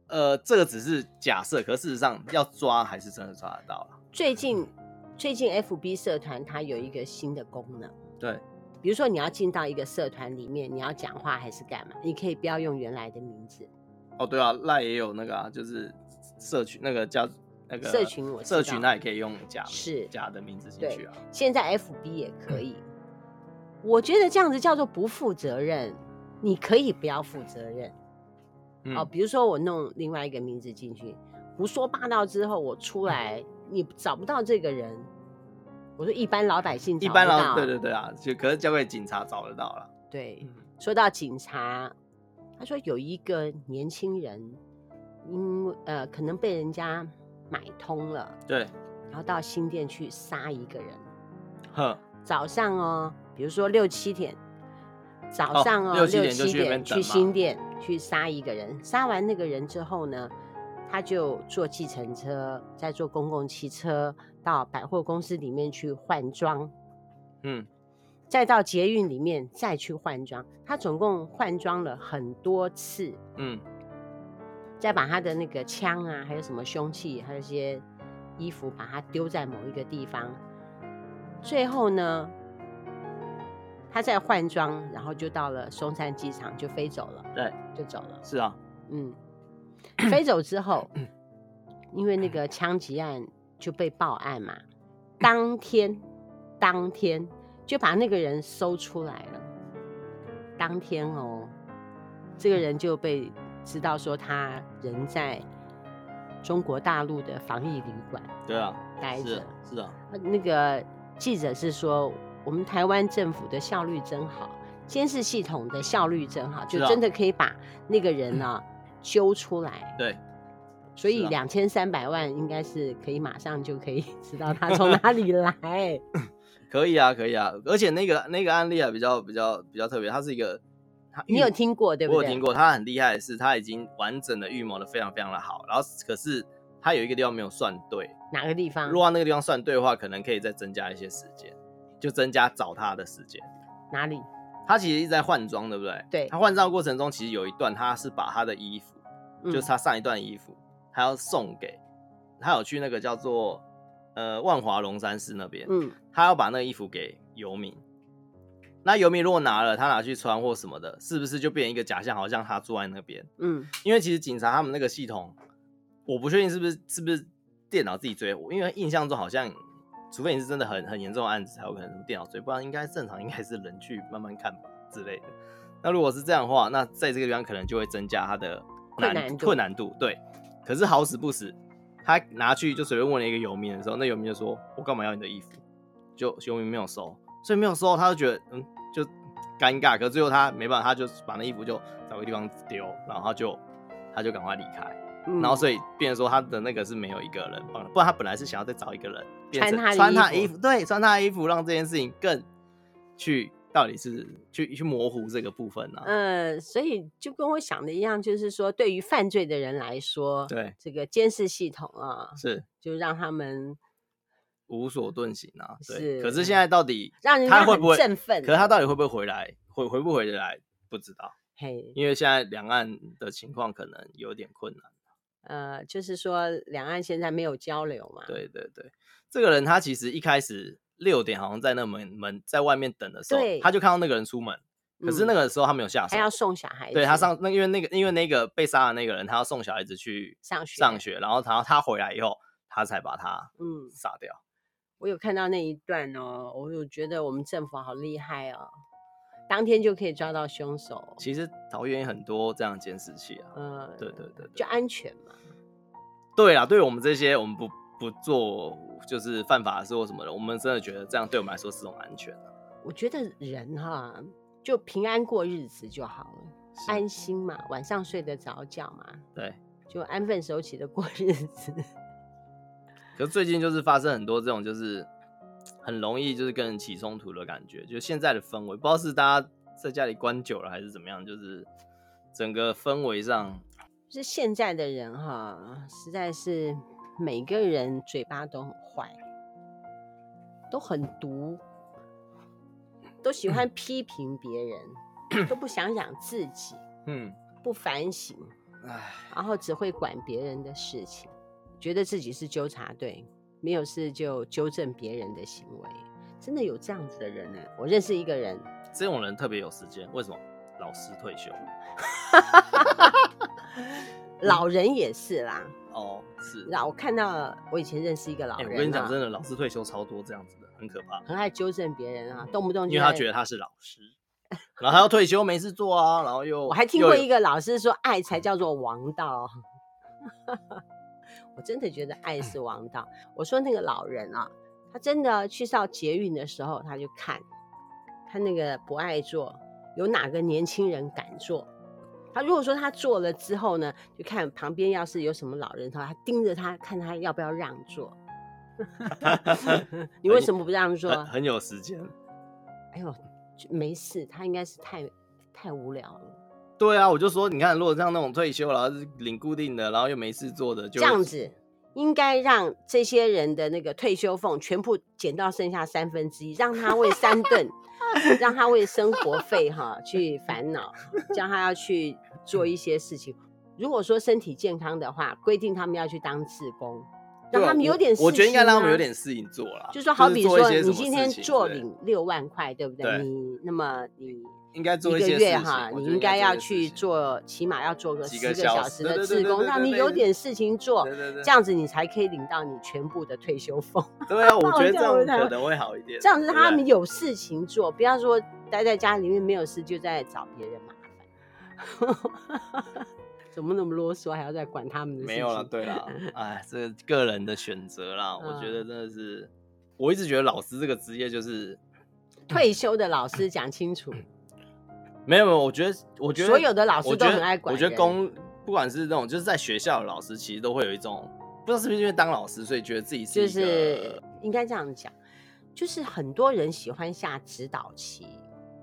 Speaker 2: 呃，这个只是假设，可事实上要抓还是真的抓得到了。
Speaker 1: 最近最近 FB 社团它有一个新的功能。
Speaker 2: 对，
Speaker 1: 比如说你要进到一个社团里面，你要讲话还是干嘛？你可以不要用原来的名字，
Speaker 2: 哦对啊，赖也有那个啊，就是社群那个加那个
Speaker 1: 社群我知道
Speaker 2: 社群，那也可以用假
Speaker 1: 是
Speaker 2: 假的名字进去啊。
Speaker 1: 现在 FB 也可
Speaker 2: 嗯
Speaker 1: 以。我觉得这样子叫做不负责任，你可以不要负责任、
Speaker 2: 嗯
Speaker 1: 哦。比如说我弄另外一个名字进去，胡说八道之后我
Speaker 2: 嗯
Speaker 1: 出来，你找不到这个人，我说一般老百姓
Speaker 2: 一
Speaker 1: 找
Speaker 2: 般
Speaker 1: 不
Speaker 2: 啦，
Speaker 1: 到嗯
Speaker 2: 对对嗯对啊，就可是交给警察找得到了。
Speaker 1: 对，说到警察，他说有一个年轻人，因为呃可能被人家买通了，
Speaker 2: 对，
Speaker 1: 然后到新店去杀一个人。
Speaker 2: 呵，
Speaker 1: 早上哦，比如说六七点，
Speaker 2: 哦
Speaker 1: 早上哦
Speaker 2: 六七
Speaker 1: 六
Speaker 2: 点就
Speaker 1: 七
Speaker 2: 去那
Speaker 1: 点
Speaker 2: 边等嘛
Speaker 1: 去新店去杀一个人，杀完那个人之后呢，他就坐计程车，再坐公共汽车到百货公司里面去换装。
Speaker 2: 嗯，
Speaker 1: 再到捷运里面再去换装，他总共换装了很多次，
Speaker 2: 嗯，
Speaker 1: 再把他的那个枪啊，还有什么凶器，还有一些衣服，把它丢在某一个地方。最后呢，他再换装，然后就到了松山机场就飞走了，
Speaker 2: 对，
Speaker 1: 就走了。
Speaker 2: 是啊，
Speaker 1: 嗯，飞走之后，因为那个枪击案就被报案嘛，当天当天就把那个人搜出来了。当天哦，这个人就被知道说他人在中国大陆的防疫旅馆
Speaker 2: 对啊，
Speaker 1: 待
Speaker 2: 是
Speaker 1: 着
Speaker 2: 啊。是啊，
Speaker 1: 呃那个记者是说，我们台湾政府的效率真好，监视系统的效率真好，就是
Speaker 2: 啊嗯
Speaker 1: 真的可以把那个人呢、揪出来。
Speaker 2: 对，
Speaker 1: 所以
Speaker 2: 是啊
Speaker 1: 两千三百万应该是可以马上就可以 知道他从哪里来。
Speaker 2: 可以啊，可以啊，而且那个那个案例啊，比较比较比较特别，它是一个，它
Speaker 1: 你有听过对不对？
Speaker 2: 我有听。过，他很厉害的是，他已经完整的预谋的非常非常的好，然后可是他有一个地方没有算对，
Speaker 1: 哪个地方
Speaker 2: 如？果他那个地方算对的话，可能可以再增加一些时间，就增加找他的时间。
Speaker 1: 哪里？
Speaker 2: 他其实一直在换装，对不对？
Speaker 1: 对
Speaker 2: 他换装的过程中，其实有一段他是把他的衣服，
Speaker 1: 嗯
Speaker 2: 就是他上一段衣服，他要送给，他有去那个叫做呃万华龙山寺那边，
Speaker 1: 嗯，
Speaker 2: 他要把那个衣服给游民。那游民如果拿了，他拿去穿或什么的，是不是就变成一个假象，好像他坐在那边？
Speaker 1: 嗯
Speaker 2: 因为其实警察他们那个系统，我不确定是不是是不是电脑自己追我，因为印象中好像，除非你是真的很很严重的案子，才有可能是电脑追，不然应该正常应该是人去慢慢看吧之类的。那如果是这样的话，那在这个地方可能就会增加他的
Speaker 1: 困
Speaker 2: 难
Speaker 1: 难度
Speaker 2: 困难度。对，可是好死不死，他拿去就随便问了一个游民的时候，那游民就说：“我干嘛要你的衣服？”就游民没有收，所以没有收，他就觉得嗯，就尴尬。可是最后他没办法，他就把那衣服就找个地方丢，然后他就他就赶快离开。
Speaker 1: 嗯
Speaker 2: 然后所以变成说他的那个是没有一个人帮，不然他本来是想要再找一个人变成
Speaker 1: 穿他的
Speaker 2: 穿他
Speaker 1: 衣
Speaker 2: 衣
Speaker 1: 服
Speaker 2: 服，对，穿他的衣服让这件事情更去到底是去去模糊这个部分呢、啊？
Speaker 1: 呃，所以就跟我想的一样，就是说，对于犯罪的人来说，
Speaker 2: 对，
Speaker 1: 这个监视系统啊，
Speaker 2: 是
Speaker 1: 就让他们
Speaker 2: 无所遁形啊。对，
Speaker 1: 是
Speaker 2: 可是现在到底
Speaker 1: 让人
Speaker 2: 他
Speaker 1: 家
Speaker 2: 会
Speaker 1: 很
Speaker 2: 不会？
Speaker 1: 振奋。
Speaker 2: 可是他到底会不会回来？回回不回得来？不知道，
Speaker 1: 嘿，
Speaker 2: 因为现在两岸的情况可能有点困难。
Speaker 1: 呃，就是说两岸现在没有交流嘛，
Speaker 2: 对对对，这个人他其实一开始六点好像在那门门在外面等的时候
Speaker 1: 对，
Speaker 2: 他就看到那个人出门，可是
Speaker 1: 嗯
Speaker 2: 那个时候他没有下手，
Speaker 1: 还要送小孩子，
Speaker 2: 对他上那因为那个因为那个被杀的那个人，他要送小孩子去
Speaker 1: 上学
Speaker 2: 上学，然后然后他回来以后，他才把他
Speaker 1: 嗯，
Speaker 2: 杀掉。
Speaker 1: 我有看到那一段哦，我有觉得我们政府好厉害哦，当天就可以抓到凶手。
Speaker 2: 其实桃园有很多这样的监视器啊，
Speaker 1: 嗯，
Speaker 2: 对对对
Speaker 1: 就
Speaker 2: 对，
Speaker 1: 安全嘛。
Speaker 2: 对啦，对于我们这些我们不不做就是犯法的事或什么的，我们真的觉得这样对我们来说是种安全、啊、
Speaker 1: 我觉得人哈，就平安过日子就好了，
Speaker 2: 是
Speaker 1: 安心嘛，晚上睡得着觉嘛，
Speaker 2: 对。
Speaker 1: 就安分守己的过日子。
Speaker 2: 可是最近就是发生很多这种，就是很容易就是跟人起冲突的感觉，就现在的氛围，不知道是大家在家里关久了还是怎么样，就是整个氛围上，
Speaker 1: 就是现在的人哈，实在是每个人嘴巴都很坏，都很毒，都喜
Speaker 2: 嗯
Speaker 1: 欢批评别人，都不想想自己，
Speaker 2: 嗯，
Speaker 1: 不反省，
Speaker 2: 唉，
Speaker 1: 然后只会管别人的事情，觉得自己是纠察队，没有事就纠正别人的行为。真的有这样子的人呢、我认识一个人，
Speaker 2: 这种人特别有时间，为什么？老师退休
Speaker 1: 老人也是啦。
Speaker 2: 哦，是，
Speaker 1: 老我看到了我以前认识一个老
Speaker 2: 哎、
Speaker 1: 人、啊
Speaker 2: 我跟你讲，真的，老师退休超多这样子的，很可怕，
Speaker 1: 很爱纠正别人啊，动不动就
Speaker 2: 因为他
Speaker 1: 在
Speaker 2: 觉得他是老 师，然后他要退休没事做啊，然后又
Speaker 1: 我还听过
Speaker 2: 又有
Speaker 1: 一个老师说，爱才叫做王道。 我真的觉得爱是王道。我说那个老人啊，他真的去上捷运的时候，他就看，看那个不爱坐，有哪个年轻人敢坐。他如果说他坐了之后呢，就看旁边要是有什么老人的话，他盯着他看他要不要让座。 你为什么不让座？
Speaker 2: 哎很很有时间，
Speaker 1: 哎呦，就没事，他应该是太太无聊了。
Speaker 2: 对啊，我就说，你看，如果像那种退休，然后是领固定的，然后又没事做的，就
Speaker 1: 这样子应该让这些人的那个退休俸全部减到剩下三分之一，让他为三顿，让他为生活费哈去烦恼，叫他要去做一些事情。如果说身体健康的话，规定他们要去当志工，让
Speaker 2: 对啊
Speaker 1: 他们有
Speaker 2: 我
Speaker 1: 点事情、啊
Speaker 2: 我觉得应该让他们有点。事情做啦。
Speaker 1: 就说好比说，
Speaker 2: 是做一些什
Speaker 1: 你
Speaker 2: 么
Speaker 1: 今天
Speaker 2: 事情
Speaker 1: 做
Speaker 2: 之类的
Speaker 1: 领六万块，对不对？
Speaker 2: 对
Speaker 1: 你那么你
Speaker 2: 应该做
Speaker 1: 一
Speaker 2: 一
Speaker 1: 个
Speaker 2: 些
Speaker 1: 月
Speaker 2: 事情
Speaker 1: 哈，
Speaker 2: 我
Speaker 1: 你
Speaker 2: 觉得
Speaker 1: 应该
Speaker 2: 做
Speaker 1: 要
Speaker 2: 一些事
Speaker 1: 去
Speaker 2: 情
Speaker 1: 做，起码要做个
Speaker 2: 几
Speaker 1: 十
Speaker 2: 个
Speaker 1: 个
Speaker 2: 小
Speaker 1: 小
Speaker 2: 时
Speaker 1: 时
Speaker 2: 对
Speaker 1: 的
Speaker 2: 对
Speaker 1: 志
Speaker 2: 对
Speaker 1: 工，
Speaker 2: 对
Speaker 1: 让
Speaker 2: 对
Speaker 1: 你
Speaker 2: 对
Speaker 1: 有
Speaker 2: 对
Speaker 1: 点事情做
Speaker 2: 对，对对，
Speaker 1: 这样子你才可以领到你全部的退休俸。
Speaker 2: 对啊，我觉
Speaker 1: 这
Speaker 2: 得这
Speaker 1: 样
Speaker 2: 样
Speaker 1: 我才
Speaker 2: 可
Speaker 1: 会
Speaker 2: 能会好一点。
Speaker 1: 这样子
Speaker 2: 对不啊
Speaker 1: 他
Speaker 2: 对
Speaker 1: 们有事情做，不要说待在家里面没有事就在找别人麻烦。 怎么那么啰嗦，还要再管他们的事情？
Speaker 2: 没有了，对啦，哎，这个个人的选择啦，我
Speaker 1: 嗯
Speaker 2: 觉得真的是，我一直觉得老师这个职业就是
Speaker 1: 退休的老师讲清楚，
Speaker 2: 没有没有，我觉得我觉得
Speaker 1: 所有的老师
Speaker 2: 我
Speaker 1: 都
Speaker 2: 觉得
Speaker 1: 很爱管
Speaker 2: 我觉得
Speaker 1: 人
Speaker 2: 公不管是那种就是在学校的老师，其实都会有一种不知道是不是因为当老师，所以觉得自己是
Speaker 1: 就
Speaker 2: 一
Speaker 1: 是
Speaker 2: 个
Speaker 1: 应该这样讲，就是很多人喜欢下指导棋，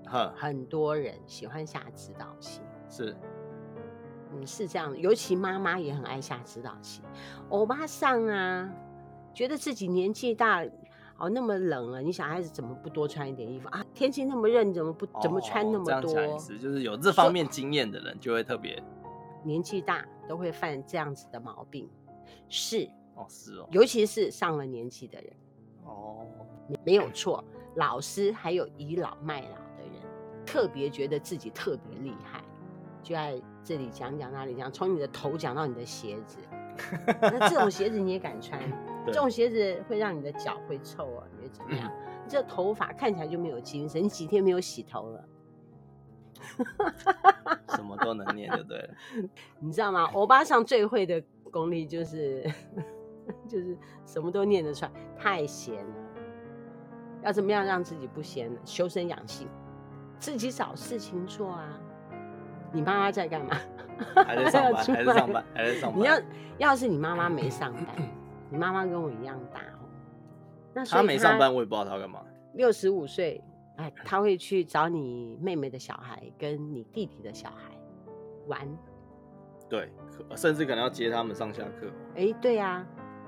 Speaker 2: 哼
Speaker 1: 很多人喜欢下指导棋。
Speaker 2: 是
Speaker 1: 嗯，是这样的，尤其妈妈也很爱下指导棋。欧巴桑啊，觉得自己年纪大，哦，那么冷了，你小孩子怎么不多穿一点衣服啊？天气那么热，你怎么不怎么穿那
Speaker 2: 哦
Speaker 1: 么
Speaker 2: 这样
Speaker 1: 多？
Speaker 2: 讲也是，就是有这方面经验的人就会特别
Speaker 1: 年纪大都会犯这样子的毛病，是，
Speaker 2: 哦是哦
Speaker 1: 尤其是上了年纪的人，
Speaker 2: 哦
Speaker 1: 没有错。老师还有倚老卖老的人，特别觉得自己特别厉害，就在这里讲讲那里讲，从你的头讲到你的鞋子。那这种鞋子你也敢穿？这
Speaker 2: 对
Speaker 1: 种鞋子会让你的脚会臭啊，你会怎么样？你这头发看起来就没有精神，你几天没有洗头了，
Speaker 2: 什么都能念就 对了，
Speaker 1: 你知道吗？欧巴桑最会的功力就是 就是什么都念得出来，太闲了。要怎么样让自己不闲呢？修身养性，自己找事情做啊。你妈妈在干嘛？
Speaker 2: 还 在上班
Speaker 1: 出
Speaker 2: 还在上班还在上班，
Speaker 1: 你要要是你妈妈没上班，你妈妈跟我一样大哦。那所以
Speaker 2: 他没上班，我也不知道他要干嘛。
Speaker 1: 六十五岁，哎，他会去找你妹妹的小孩跟你弟弟的小孩玩。
Speaker 2: 对，可甚至可能要接他们上下课。
Speaker 1: 哎，对啊，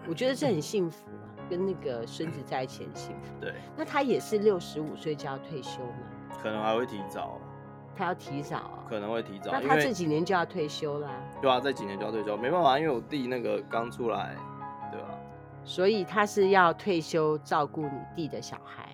Speaker 1: 我觉得这很幸福啊，跟那个孙子在一起很幸福。
Speaker 2: 对，
Speaker 1: 那他也是六十五岁就要退休嘛，
Speaker 2: 可能还会提早，
Speaker 1: 他要提早啊、
Speaker 2: 可能会提早，
Speaker 1: 那
Speaker 2: 因
Speaker 1: 他
Speaker 2: 为
Speaker 1: 这几年就要退休啦，
Speaker 2: 对啊，在几年就要退休，没办法，因为我弟那个刚出来，对啊吧、
Speaker 1: 所以他是要退休照顾你弟的小孩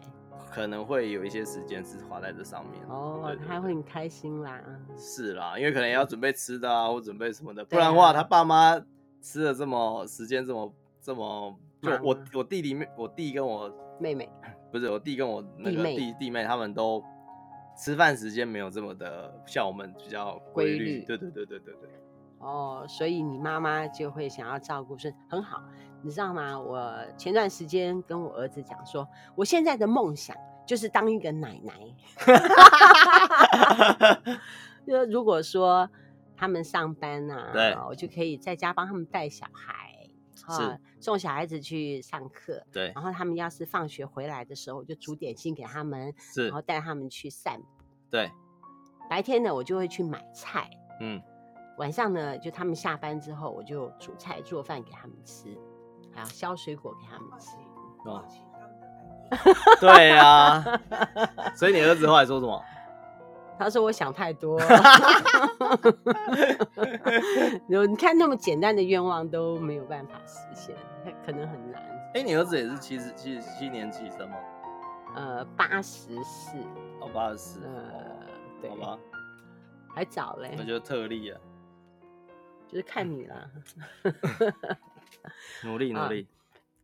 Speaker 2: 可能会有一些时间是花在这上面。
Speaker 1: 哦
Speaker 2: 对，对
Speaker 1: 他
Speaker 2: 对
Speaker 1: 会很开心啦。
Speaker 2: 是啦，因为可能也要准备吃的啊，或准备什么的，不
Speaker 1: 对啊
Speaker 2: 然的话，他爸妈吃的这么时间这么这么，就
Speaker 1: 忙
Speaker 2: 我
Speaker 1: 啊
Speaker 2: 我弟弟妹，我弟跟我
Speaker 1: 妹妹，
Speaker 2: 不是我弟跟我那
Speaker 1: 弟
Speaker 2: 个
Speaker 1: 妹
Speaker 2: 弟弟妹他们都吃饭时间没有这么的像我们比较规
Speaker 1: 规
Speaker 2: 律。
Speaker 1: 律
Speaker 2: 对对对对对 对，
Speaker 1: 哦，所以你妈妈就会想要照顾，是很好。你知道吗？我前段时间跟我儿子讲说，我现在的梦想就是当一个奶 奶。就如果说他们上班啊，
Speaker 2: 对
Speaker 1: 我就可以在家帮他们带小孩，啊，送小孩子去上课，
Speaker 2: 对
Speaker 1: 然后他们要是放学回来的时候，我就煮点心给他们，
Speaker 2: 是
Speaker 1: 然后，带他们去散步。
Speaker 2: 对，
Speaker 1: 白天呢，我就会去买菜。
Speaker 2: 嗯，
Speaker 1: 晚上呢，就他们下班之后，我就煮菜做饭给他们吃，还有削水果给他们吃。
Speaker 2: 哦，对 啊，所以你儿子后来说什么？
Speaker 1: 他说我想太多， 你看那么简单的愿望都没有办法实现，可能很难。
Speaker 2: 哎、你儿子也是七十七十七年级生吗？
Speaker 1: 呃，八十四，
Speaker 2: 哦，八十四，
Speaker 1: 呃，对
Speaker 2: 哦
Speaker 1: 哎
Speaker 2: 好，吧，
Speaker 1: 还早嘞，
Speaker 2: 那就特例啊，
Speaker 1: 就是看你了。
Speaker 2: 努力努
Speaker 1: 啊
Speaker 2: 力。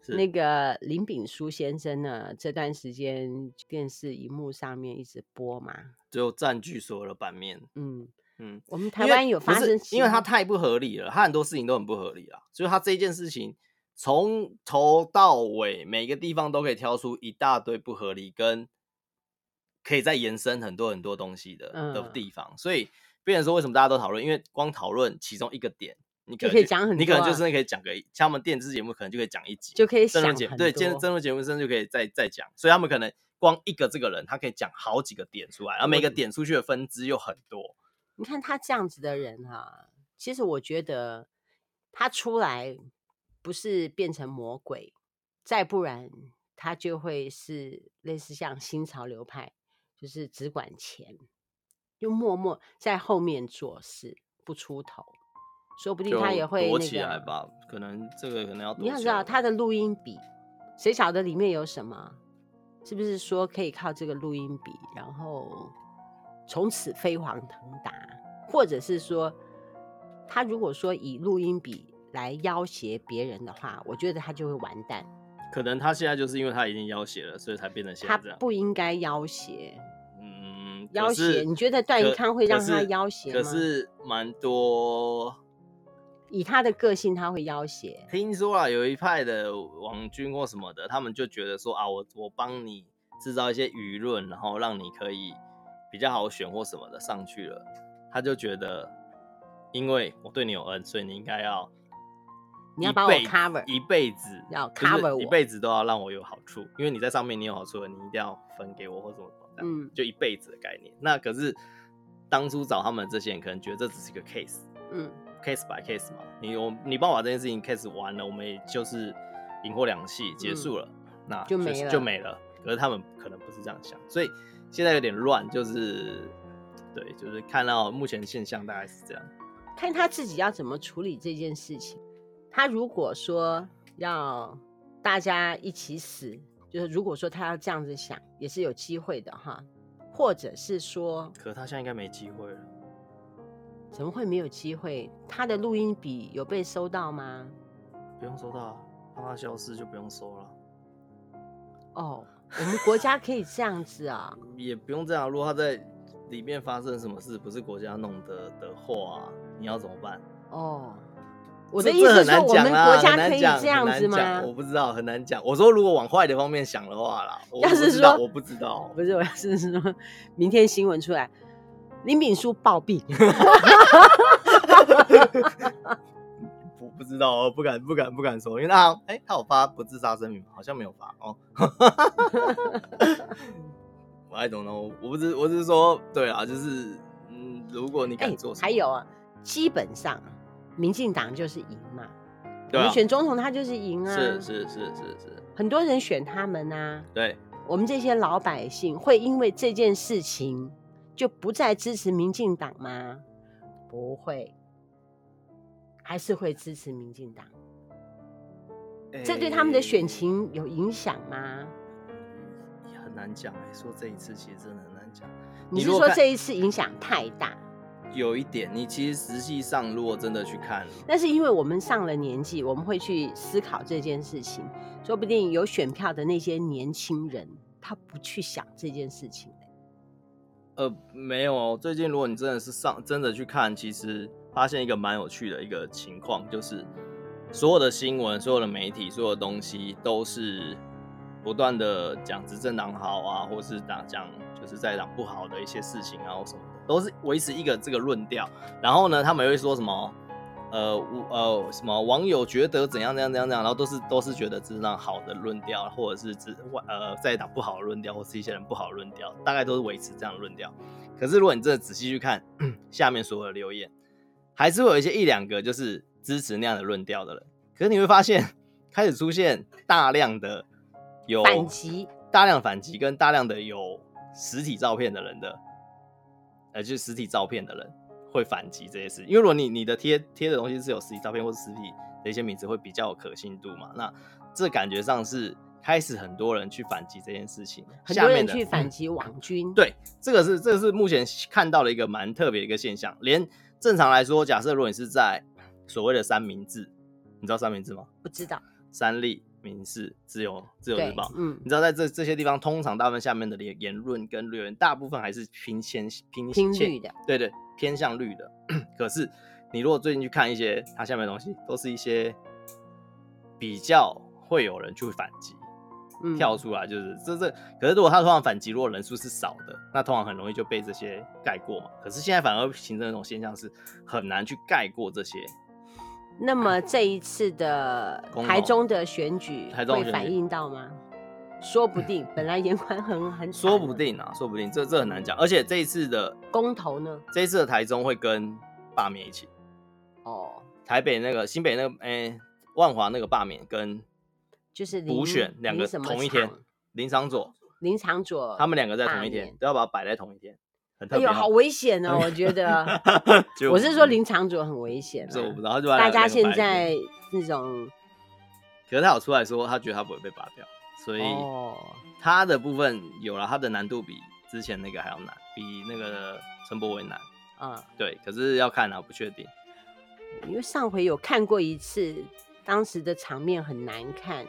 Speaker 2: 是
Speaker 1: 那个林炳书先生呢，这段时间电视荧幕上面一直播嘛，
Speaker 2: 就占据所有的版面。
Speaker 1: 嗯，
Speaker 2: 嗯，
Speaker 1: 我们台
Speaker 2: 因为
Speaker 1: 湾有
Speaker 2: 不
Speaker 1: 发
Speaker 2: 是
Speaker 1: 生其，
Speaker 2: 因为他太不合理了，他很多事情都很不合理啊。就是他这一件事情，从头到尾每个地方都可以挑出一大堆不合理，跟可以再延伸很多很多东西的、的
Speaker 1: 嗯
Speaker 2: 地方。所以，别人说为什么大家都讨论，因为光讨论其中一个点，你
Speaker 1: 就
Speaker 2: 可能
Speaker 1: 可以
Speaker 2: 就
Speaker 1: 讲很
Speaker 2: 你可能
Speaker 1: 多
Speaker 2: 就
Speaker 1: 啊
Speaker 2: 是可以讲个一，像我们电视节目可能就可以讲一集，
Speaker 1: 就可以
Speaker 2: 争
Speaker 1: 想
Speaker 2: 论
Speaker 1: 很
Speaker 2: 节
Speaker 1: 多。
Speaker 2: 对，今天争论节目生就可以再再讲，所以他们可能光一个这个人，他可以讲好几个点出来，然后每个点出去的分支又很多。
Speaker 1: 你看他这样子的人哈、其实我觉得他出来不是变成魔鬼，再不然他就会是类似像新潮流派，就是只管钱，就默默在后面做事不出头，说不定
Speaker 2: 就
Speaker 1: 他也会、那
Speaker 2: 躲
Speaker 1: 个、
Speaker 2: 起来吧，可能这个可能要躲
Speaker 1: 你要
Speaker 2: 起
Speaker 1: 知道
Speaker 2: 来
Speaker 1: 他的录音笔，谁晓得里面有什么？是不是说可以靠这个录音笔，然后从此飞黄腾达？或者是说，他如果说以录音笔来要挟别人的话，我觉得他就会完蛋。
Speaker 2: 可能他现在就是因为他已经要挟了，所以才变成现
Speaker 1: 他
Speaker 2: 在这样。啊
Speaker 1: 不应该要挟，
Speaker 2: 嗯，
Speaker 1: 要
Speaker 2: 可是
Speaker 1: 挟你觉得段誉
Speaker 2: 可
Speaker 1: 康会让
Speaker 2: 可
Speaker 1: 他
Speaker 2: 是
Speaker 1: 要挟
Speaker 2: 可
Speaker 1: 吗
Speaker 2: 是蛮多，
Speaker 1: 以他的个性，他会要挟。
Speaker 2: 听说啦，有一派的网军或什么的，他们就觉得说啊，我我帮你制造一些舆论，然后让你可以比较好选或什么的上去了，他就觉得，因为我对你有恩，所以你应该要
Speaker 1: 你要
Speaker 2: 一
Speaker 1: 把我
Speaker 2: 辈子
Speaker 1: cover
Speaker 2: 一辈子，
Speaker 1: 要
Speaker 2: 就是
Speaker 1: cover
Speaker 2: 一
Speaker 1: 我
Speaker 2: 辈子都要让我有好处，因为你在上面你有好处了，你一定要分给我或什么什么的，
Speaker 1: 嗯
Speaker 2: 就一辈子的概念。那可是当初找他们这些人，可能觉得这只是一个 case。
Speaker 1: 嗯，
Speaker 2: case by case 嘛，你我你帮我把这件事情 case 完了，我们也就是赢或两系结束了，那
Speaker 1: 嗯就没
Speaker 2: 是
Speaker 1: 了
Speaker 2: 就没了。可是他们可能不是这样想，所以现在有点乱，就是对，就是看到目前现象大概是这样。
Speaker 1: 看他自己要怎么处理这件事情。他如果说要大家一起死，就是如果说他要这样子想，也是有机会的哈。或者是说，
Speaker 2: 可是他现在应该没机会了，
Speaker 1: 怎么会没有机会？他的录音笔有被收到吗？
Speaker 2: 不用收到啊，让他消失就不用收了，
Speaker 1: 哦，我们国家可以这样子啊、
Speaker 2: 也不用这样。如果他在里面发生什么事，不是国家弄的的话、啊，你要怎么办？
Speaker 1: 哦，我
Speaker 2: 这
Speaker 1: 的意
Speaker 2: 这
Speaker 1: 思
Speaker 2: 很
Speaker 1: 是说，
Speaker 2: 难
Speaker 1: 我
Speaker 2: 讲
Speaker 1: 们
Speaker 2: 啦
Speaker 1: 国家
Speaker 2: 很难
Speaker 1: 可以
Speaker 2: 讲
Speaker 1: 这样
Speaker 2: 很难
Speaker 1: 子
Speaker 2: 讲
Speaker 1: 吗？
Speaker 2: 我不知道，很难讲。我说，如果往坏的方面想的话啦，我
Speaker 1: 要
Speaker 2: 不
Speaker 1: 是
Speaker 2: 知道
Speaker 1: 说
Speaker 2: 我不知道，
Speaker 1: 哦不是，我要是说，明天新闻出来，林炳书暴毙。
Speaker 2: 我不知道，哦不敢，不敢，不敢说，因为他好哎、他有发不自杀声明吗？好像没有发哦。 我 I don't know，我不是，我是说，对啊，就是嗯，如果你
Speaker 1: 哎、
Speaker 2: 敢做什么，
Speaker 1: 还有啊，基本上啊民进党就是赢嘛，我
Speaker 2: 对啊，
Speaker 1: 们选总统他就是赢啊，
Speaker 2: 是是是是是，
Speaker 1: 很多人选他们啊，
Speaker 2: 对，
Speaker 1: 我们这些老百姓会因为这件事情就不再支持民进党吗？不会，还是会支持民进党，这对他们的选情有影响吗？
Speaker 2: 哎也很难讲哎、说这一次其实真的很难讲。
Speaker 1: 你是
Speaker 2: 如果
Speaker 1: 说
Speaker 2: 看
Speaker 1: 这一次影响太大？
Speaker 2: 有一点，你其实实际上如果真的去看，
Speaker 1: 但是因为我们上了年纪，我们会去思考这件事情，说不定有选票的那些年轻人，他不去想这件事情、
Speaker 2: 呃，没有哦。最近如果你真的是上真的去看，其实发现一个蛮有趣的一个情况，就是所有的新闻、所有的媒体、所有的东西都是不断的讲执政党好啊，或是党讲就是在讲不好的一些事情啊，或什么的，都是维持一个这个论调。然后呢，他们会说什么？呃，我呃什么网友觉得怎样怎样怎样怎样，然后都是都是觉得这样好的论调，或者是只呃在打不好的论调，或是一些人不好的论调，大概都是维持这样的论调。可是如果你真的仔细去看 下面所有的留言，还是会有一些一两个就是支持那样的论调的人。可是你会发现，开始出现大量的有
Speaker 1: 反击，
Speaker 2: 大量反击跟大量的有实体照片的人的，呃，就是实体照片的人。会反击这些事，因为如果你你的贴贴的东西是有实体照片或是实体的一些名字，会比较有可信度嘛。那这感觉上是开始很多人去反击这件事情，
Speaker 1: 很多
Speaker 2: 下面
Speaker 1: 人
Speaker 2: 的
Speaker 1: 去
Speaker 2: 嗯
Speaker 1: 反击网军，
Speaker 2: 对，这个是这个是目前看到的一个蛮特别的一个现象。连正常来说，假设如果你是在所谓的三明治，你知道三明治吗？
Speaker 1: 不知道，
Speaker 2: 三立、民视、自由、自由日
Speaker 1: 对
Speaker 2: 报，，
Speaker 1: 嗯，
Speaker 2: 你知道，在这这些地方，通常大部分下面的言言论跟留言，大部分还是偏偏偏
Speaker 1: 拼
Speaker 2: 偏
Speaker 1: 绿的，
Speaker 2: 对对，偏向绿的。可是你如果最近去看一些它下面的东西，都是一些比较会有人去反击，
Speaker 1: 嗯，
Speaker 2: 跳出来就是这这。可是如果他通常反击，如果人数是少的，那通常很容易就被这些盖过嘛。可是现在反而形成一种现象是很难去盖过这些。
Speaker 1: 那么这一次的
Speaker 2: 公投
Speaker 1: 台中的选举
Speaker 2: 台中的
Speaker 1: 会
Speaker 2: 选举
Speaker 1: 反映到吗？说不定，本来严宽很很惨
Speaker 2: 说不
Speaker 1: 了
Speaker 2: 定啊，说不定这这很难讲。而且这一次的
Speaker 1: 公投呢？
Speaker 2: 这一次的台中会跟罢免一起，
Speaker 1: 哦，
Speaker 2: 台北那个新北那个哎、万华那个罢免跟
Speaker 1: 就是林
Speaker 2: 补选两个
Speaker 1: 林什么
Speaker 2: 同一天
Speaker 1: 场，
Speaker 2: 林长佐
Speaker 1: 林长佐
Speaker 2: 他们两个在
Speaker 1: 哦罢
Speaker 2: 同一天
Speaker 1: 免，
Speaker 2: 都要把它摆在同一天，很特
Speaker 1: 哎
Speaker 2: 别
Speaker 1: 呦，
Speaker 2: 哦。
Speaker 1: 好危险哦！我觉 得，
Speaker 2: 就
Speaker 1: 我是说林长佐很危险、
Speaker 2: 嗯这我不知
Speaker 1: 啊。
Speaker 2: 道， 他就把
Speaker 1: 大
Speaker 2: 两个
Speaker 1: 家
Speaker 2: 摆
Speaker 1: 现
Speaker 2: 一天
Speaker 1: 在，那种
Speaker 2: 可是他有出来说，他觉得他不会被拔掉，所以
Speaker 1: 哦，
Speaker 2: 他的部分有了，他的难度比之前那个还要难，比那个陈柏伟难。
Speaker 1: 啊、
Speaker 2: 对，可是要看啊，不确定。
Speaker 1: 因为上回有看过一次，当时的场面很难看，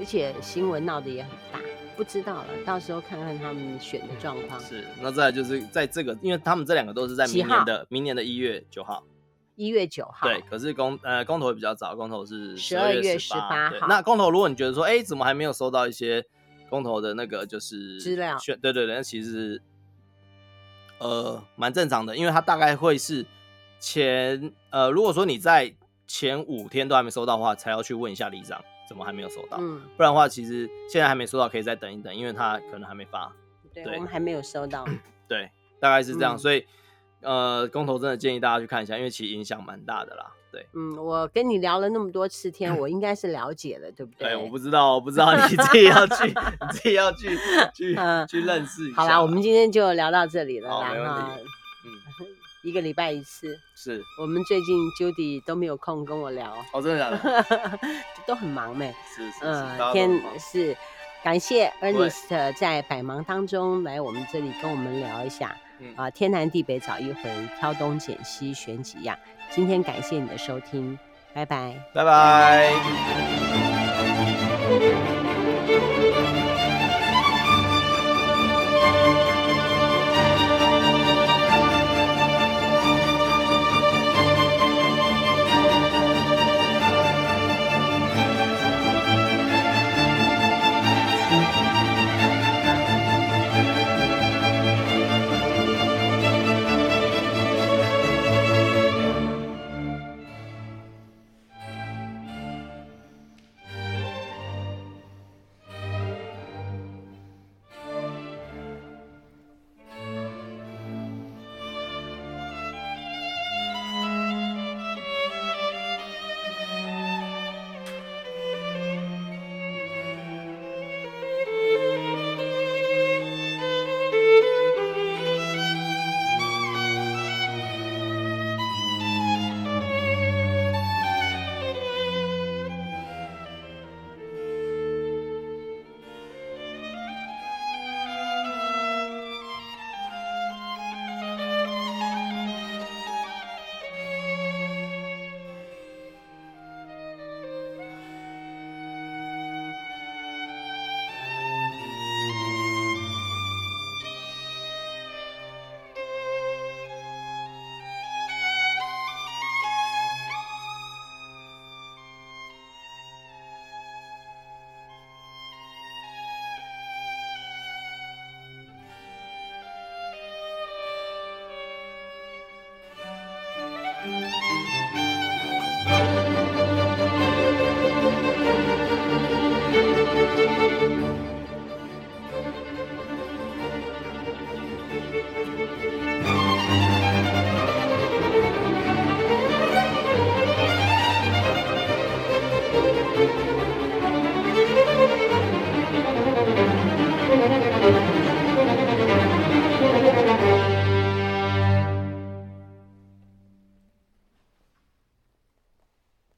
Speaker 1: 而且新闻闹得也很大，不知道了，到时候看看他们选的状况。
Speaker 2: 是，那再来就是在这个，因为他们这两个都是在
Speaker 1: 几
Speaker 2: 明
Speaker 1: 号
Speaker 2: 年的明年的一月九号。
Speaker 1: 一月九号，
Speaker 2: 对，可是公呃公投会比较早，公投是
Speaker 1: 12
Speaker 2: 月
Speaker 1: 月
Speaker 2: 八
Speaker 1: 18号
Speaker 2: 那公投如果你觉得说，哎、怎么还没有收到一些公投的那个就是
Speaker 1: 资料
Speaker 2: 选对对对，那其实呃蛮正常的，因为它大概会是前呃，如果说你在前五天都还没收到的话，才要去问一下里长怎么还没有收到，
Speaker 1: 嗯，
Speaker 2: 不然的话，其实现在还没收到，可以再等一等，因为他可能还没发。
Speaker 1: 对，
Speaker 2: 对
Speaker 1: 我们还没有收到。
Speaker 2: 对，大概是这样，
Speaker 1: 嗯
Speaker 2: 所以呃，公投真的建议大家去看一下，因为其实影响蛮大的啦。对。
Speaker 1: 嗯，我跟你聊了那么多次天，我应该是了解了，对不对？
Speaker 2: 哎，我不知道，我不知道，你自己要去， 你自己 要去去
Speaker 1: 嗯
Speaker 2: 去认识一下。
Speaker 1: 好啦，我们今天就聊到这里了
Speaker 2: 好
Speaker 1: 啦
Speaker 2: 没问题
Speaker 1: 哈。
Speaker 2: 嗯
Speaker 1: 一个礼拜一次，
Speaker 2: 是
Speaker 1: 我们最近 Judy 都没有空跟我聊，
Speaker 2: 哦，真的假 的？
Speaker 1: 都很忙咩。
Speaker 2: 是是是，
Speaker 1: 嗯，天是感谢
Speaker 2: 不会
Speaker 1: Ernest 在百忙当中来我们这里跟我们聊一下
Speaker 2: 嗯
Speaker 1: 啊，天南地北找一回，挑东拣西选几样。今天感谢你的收听，拜拜。
Speaker 2: 拜拜。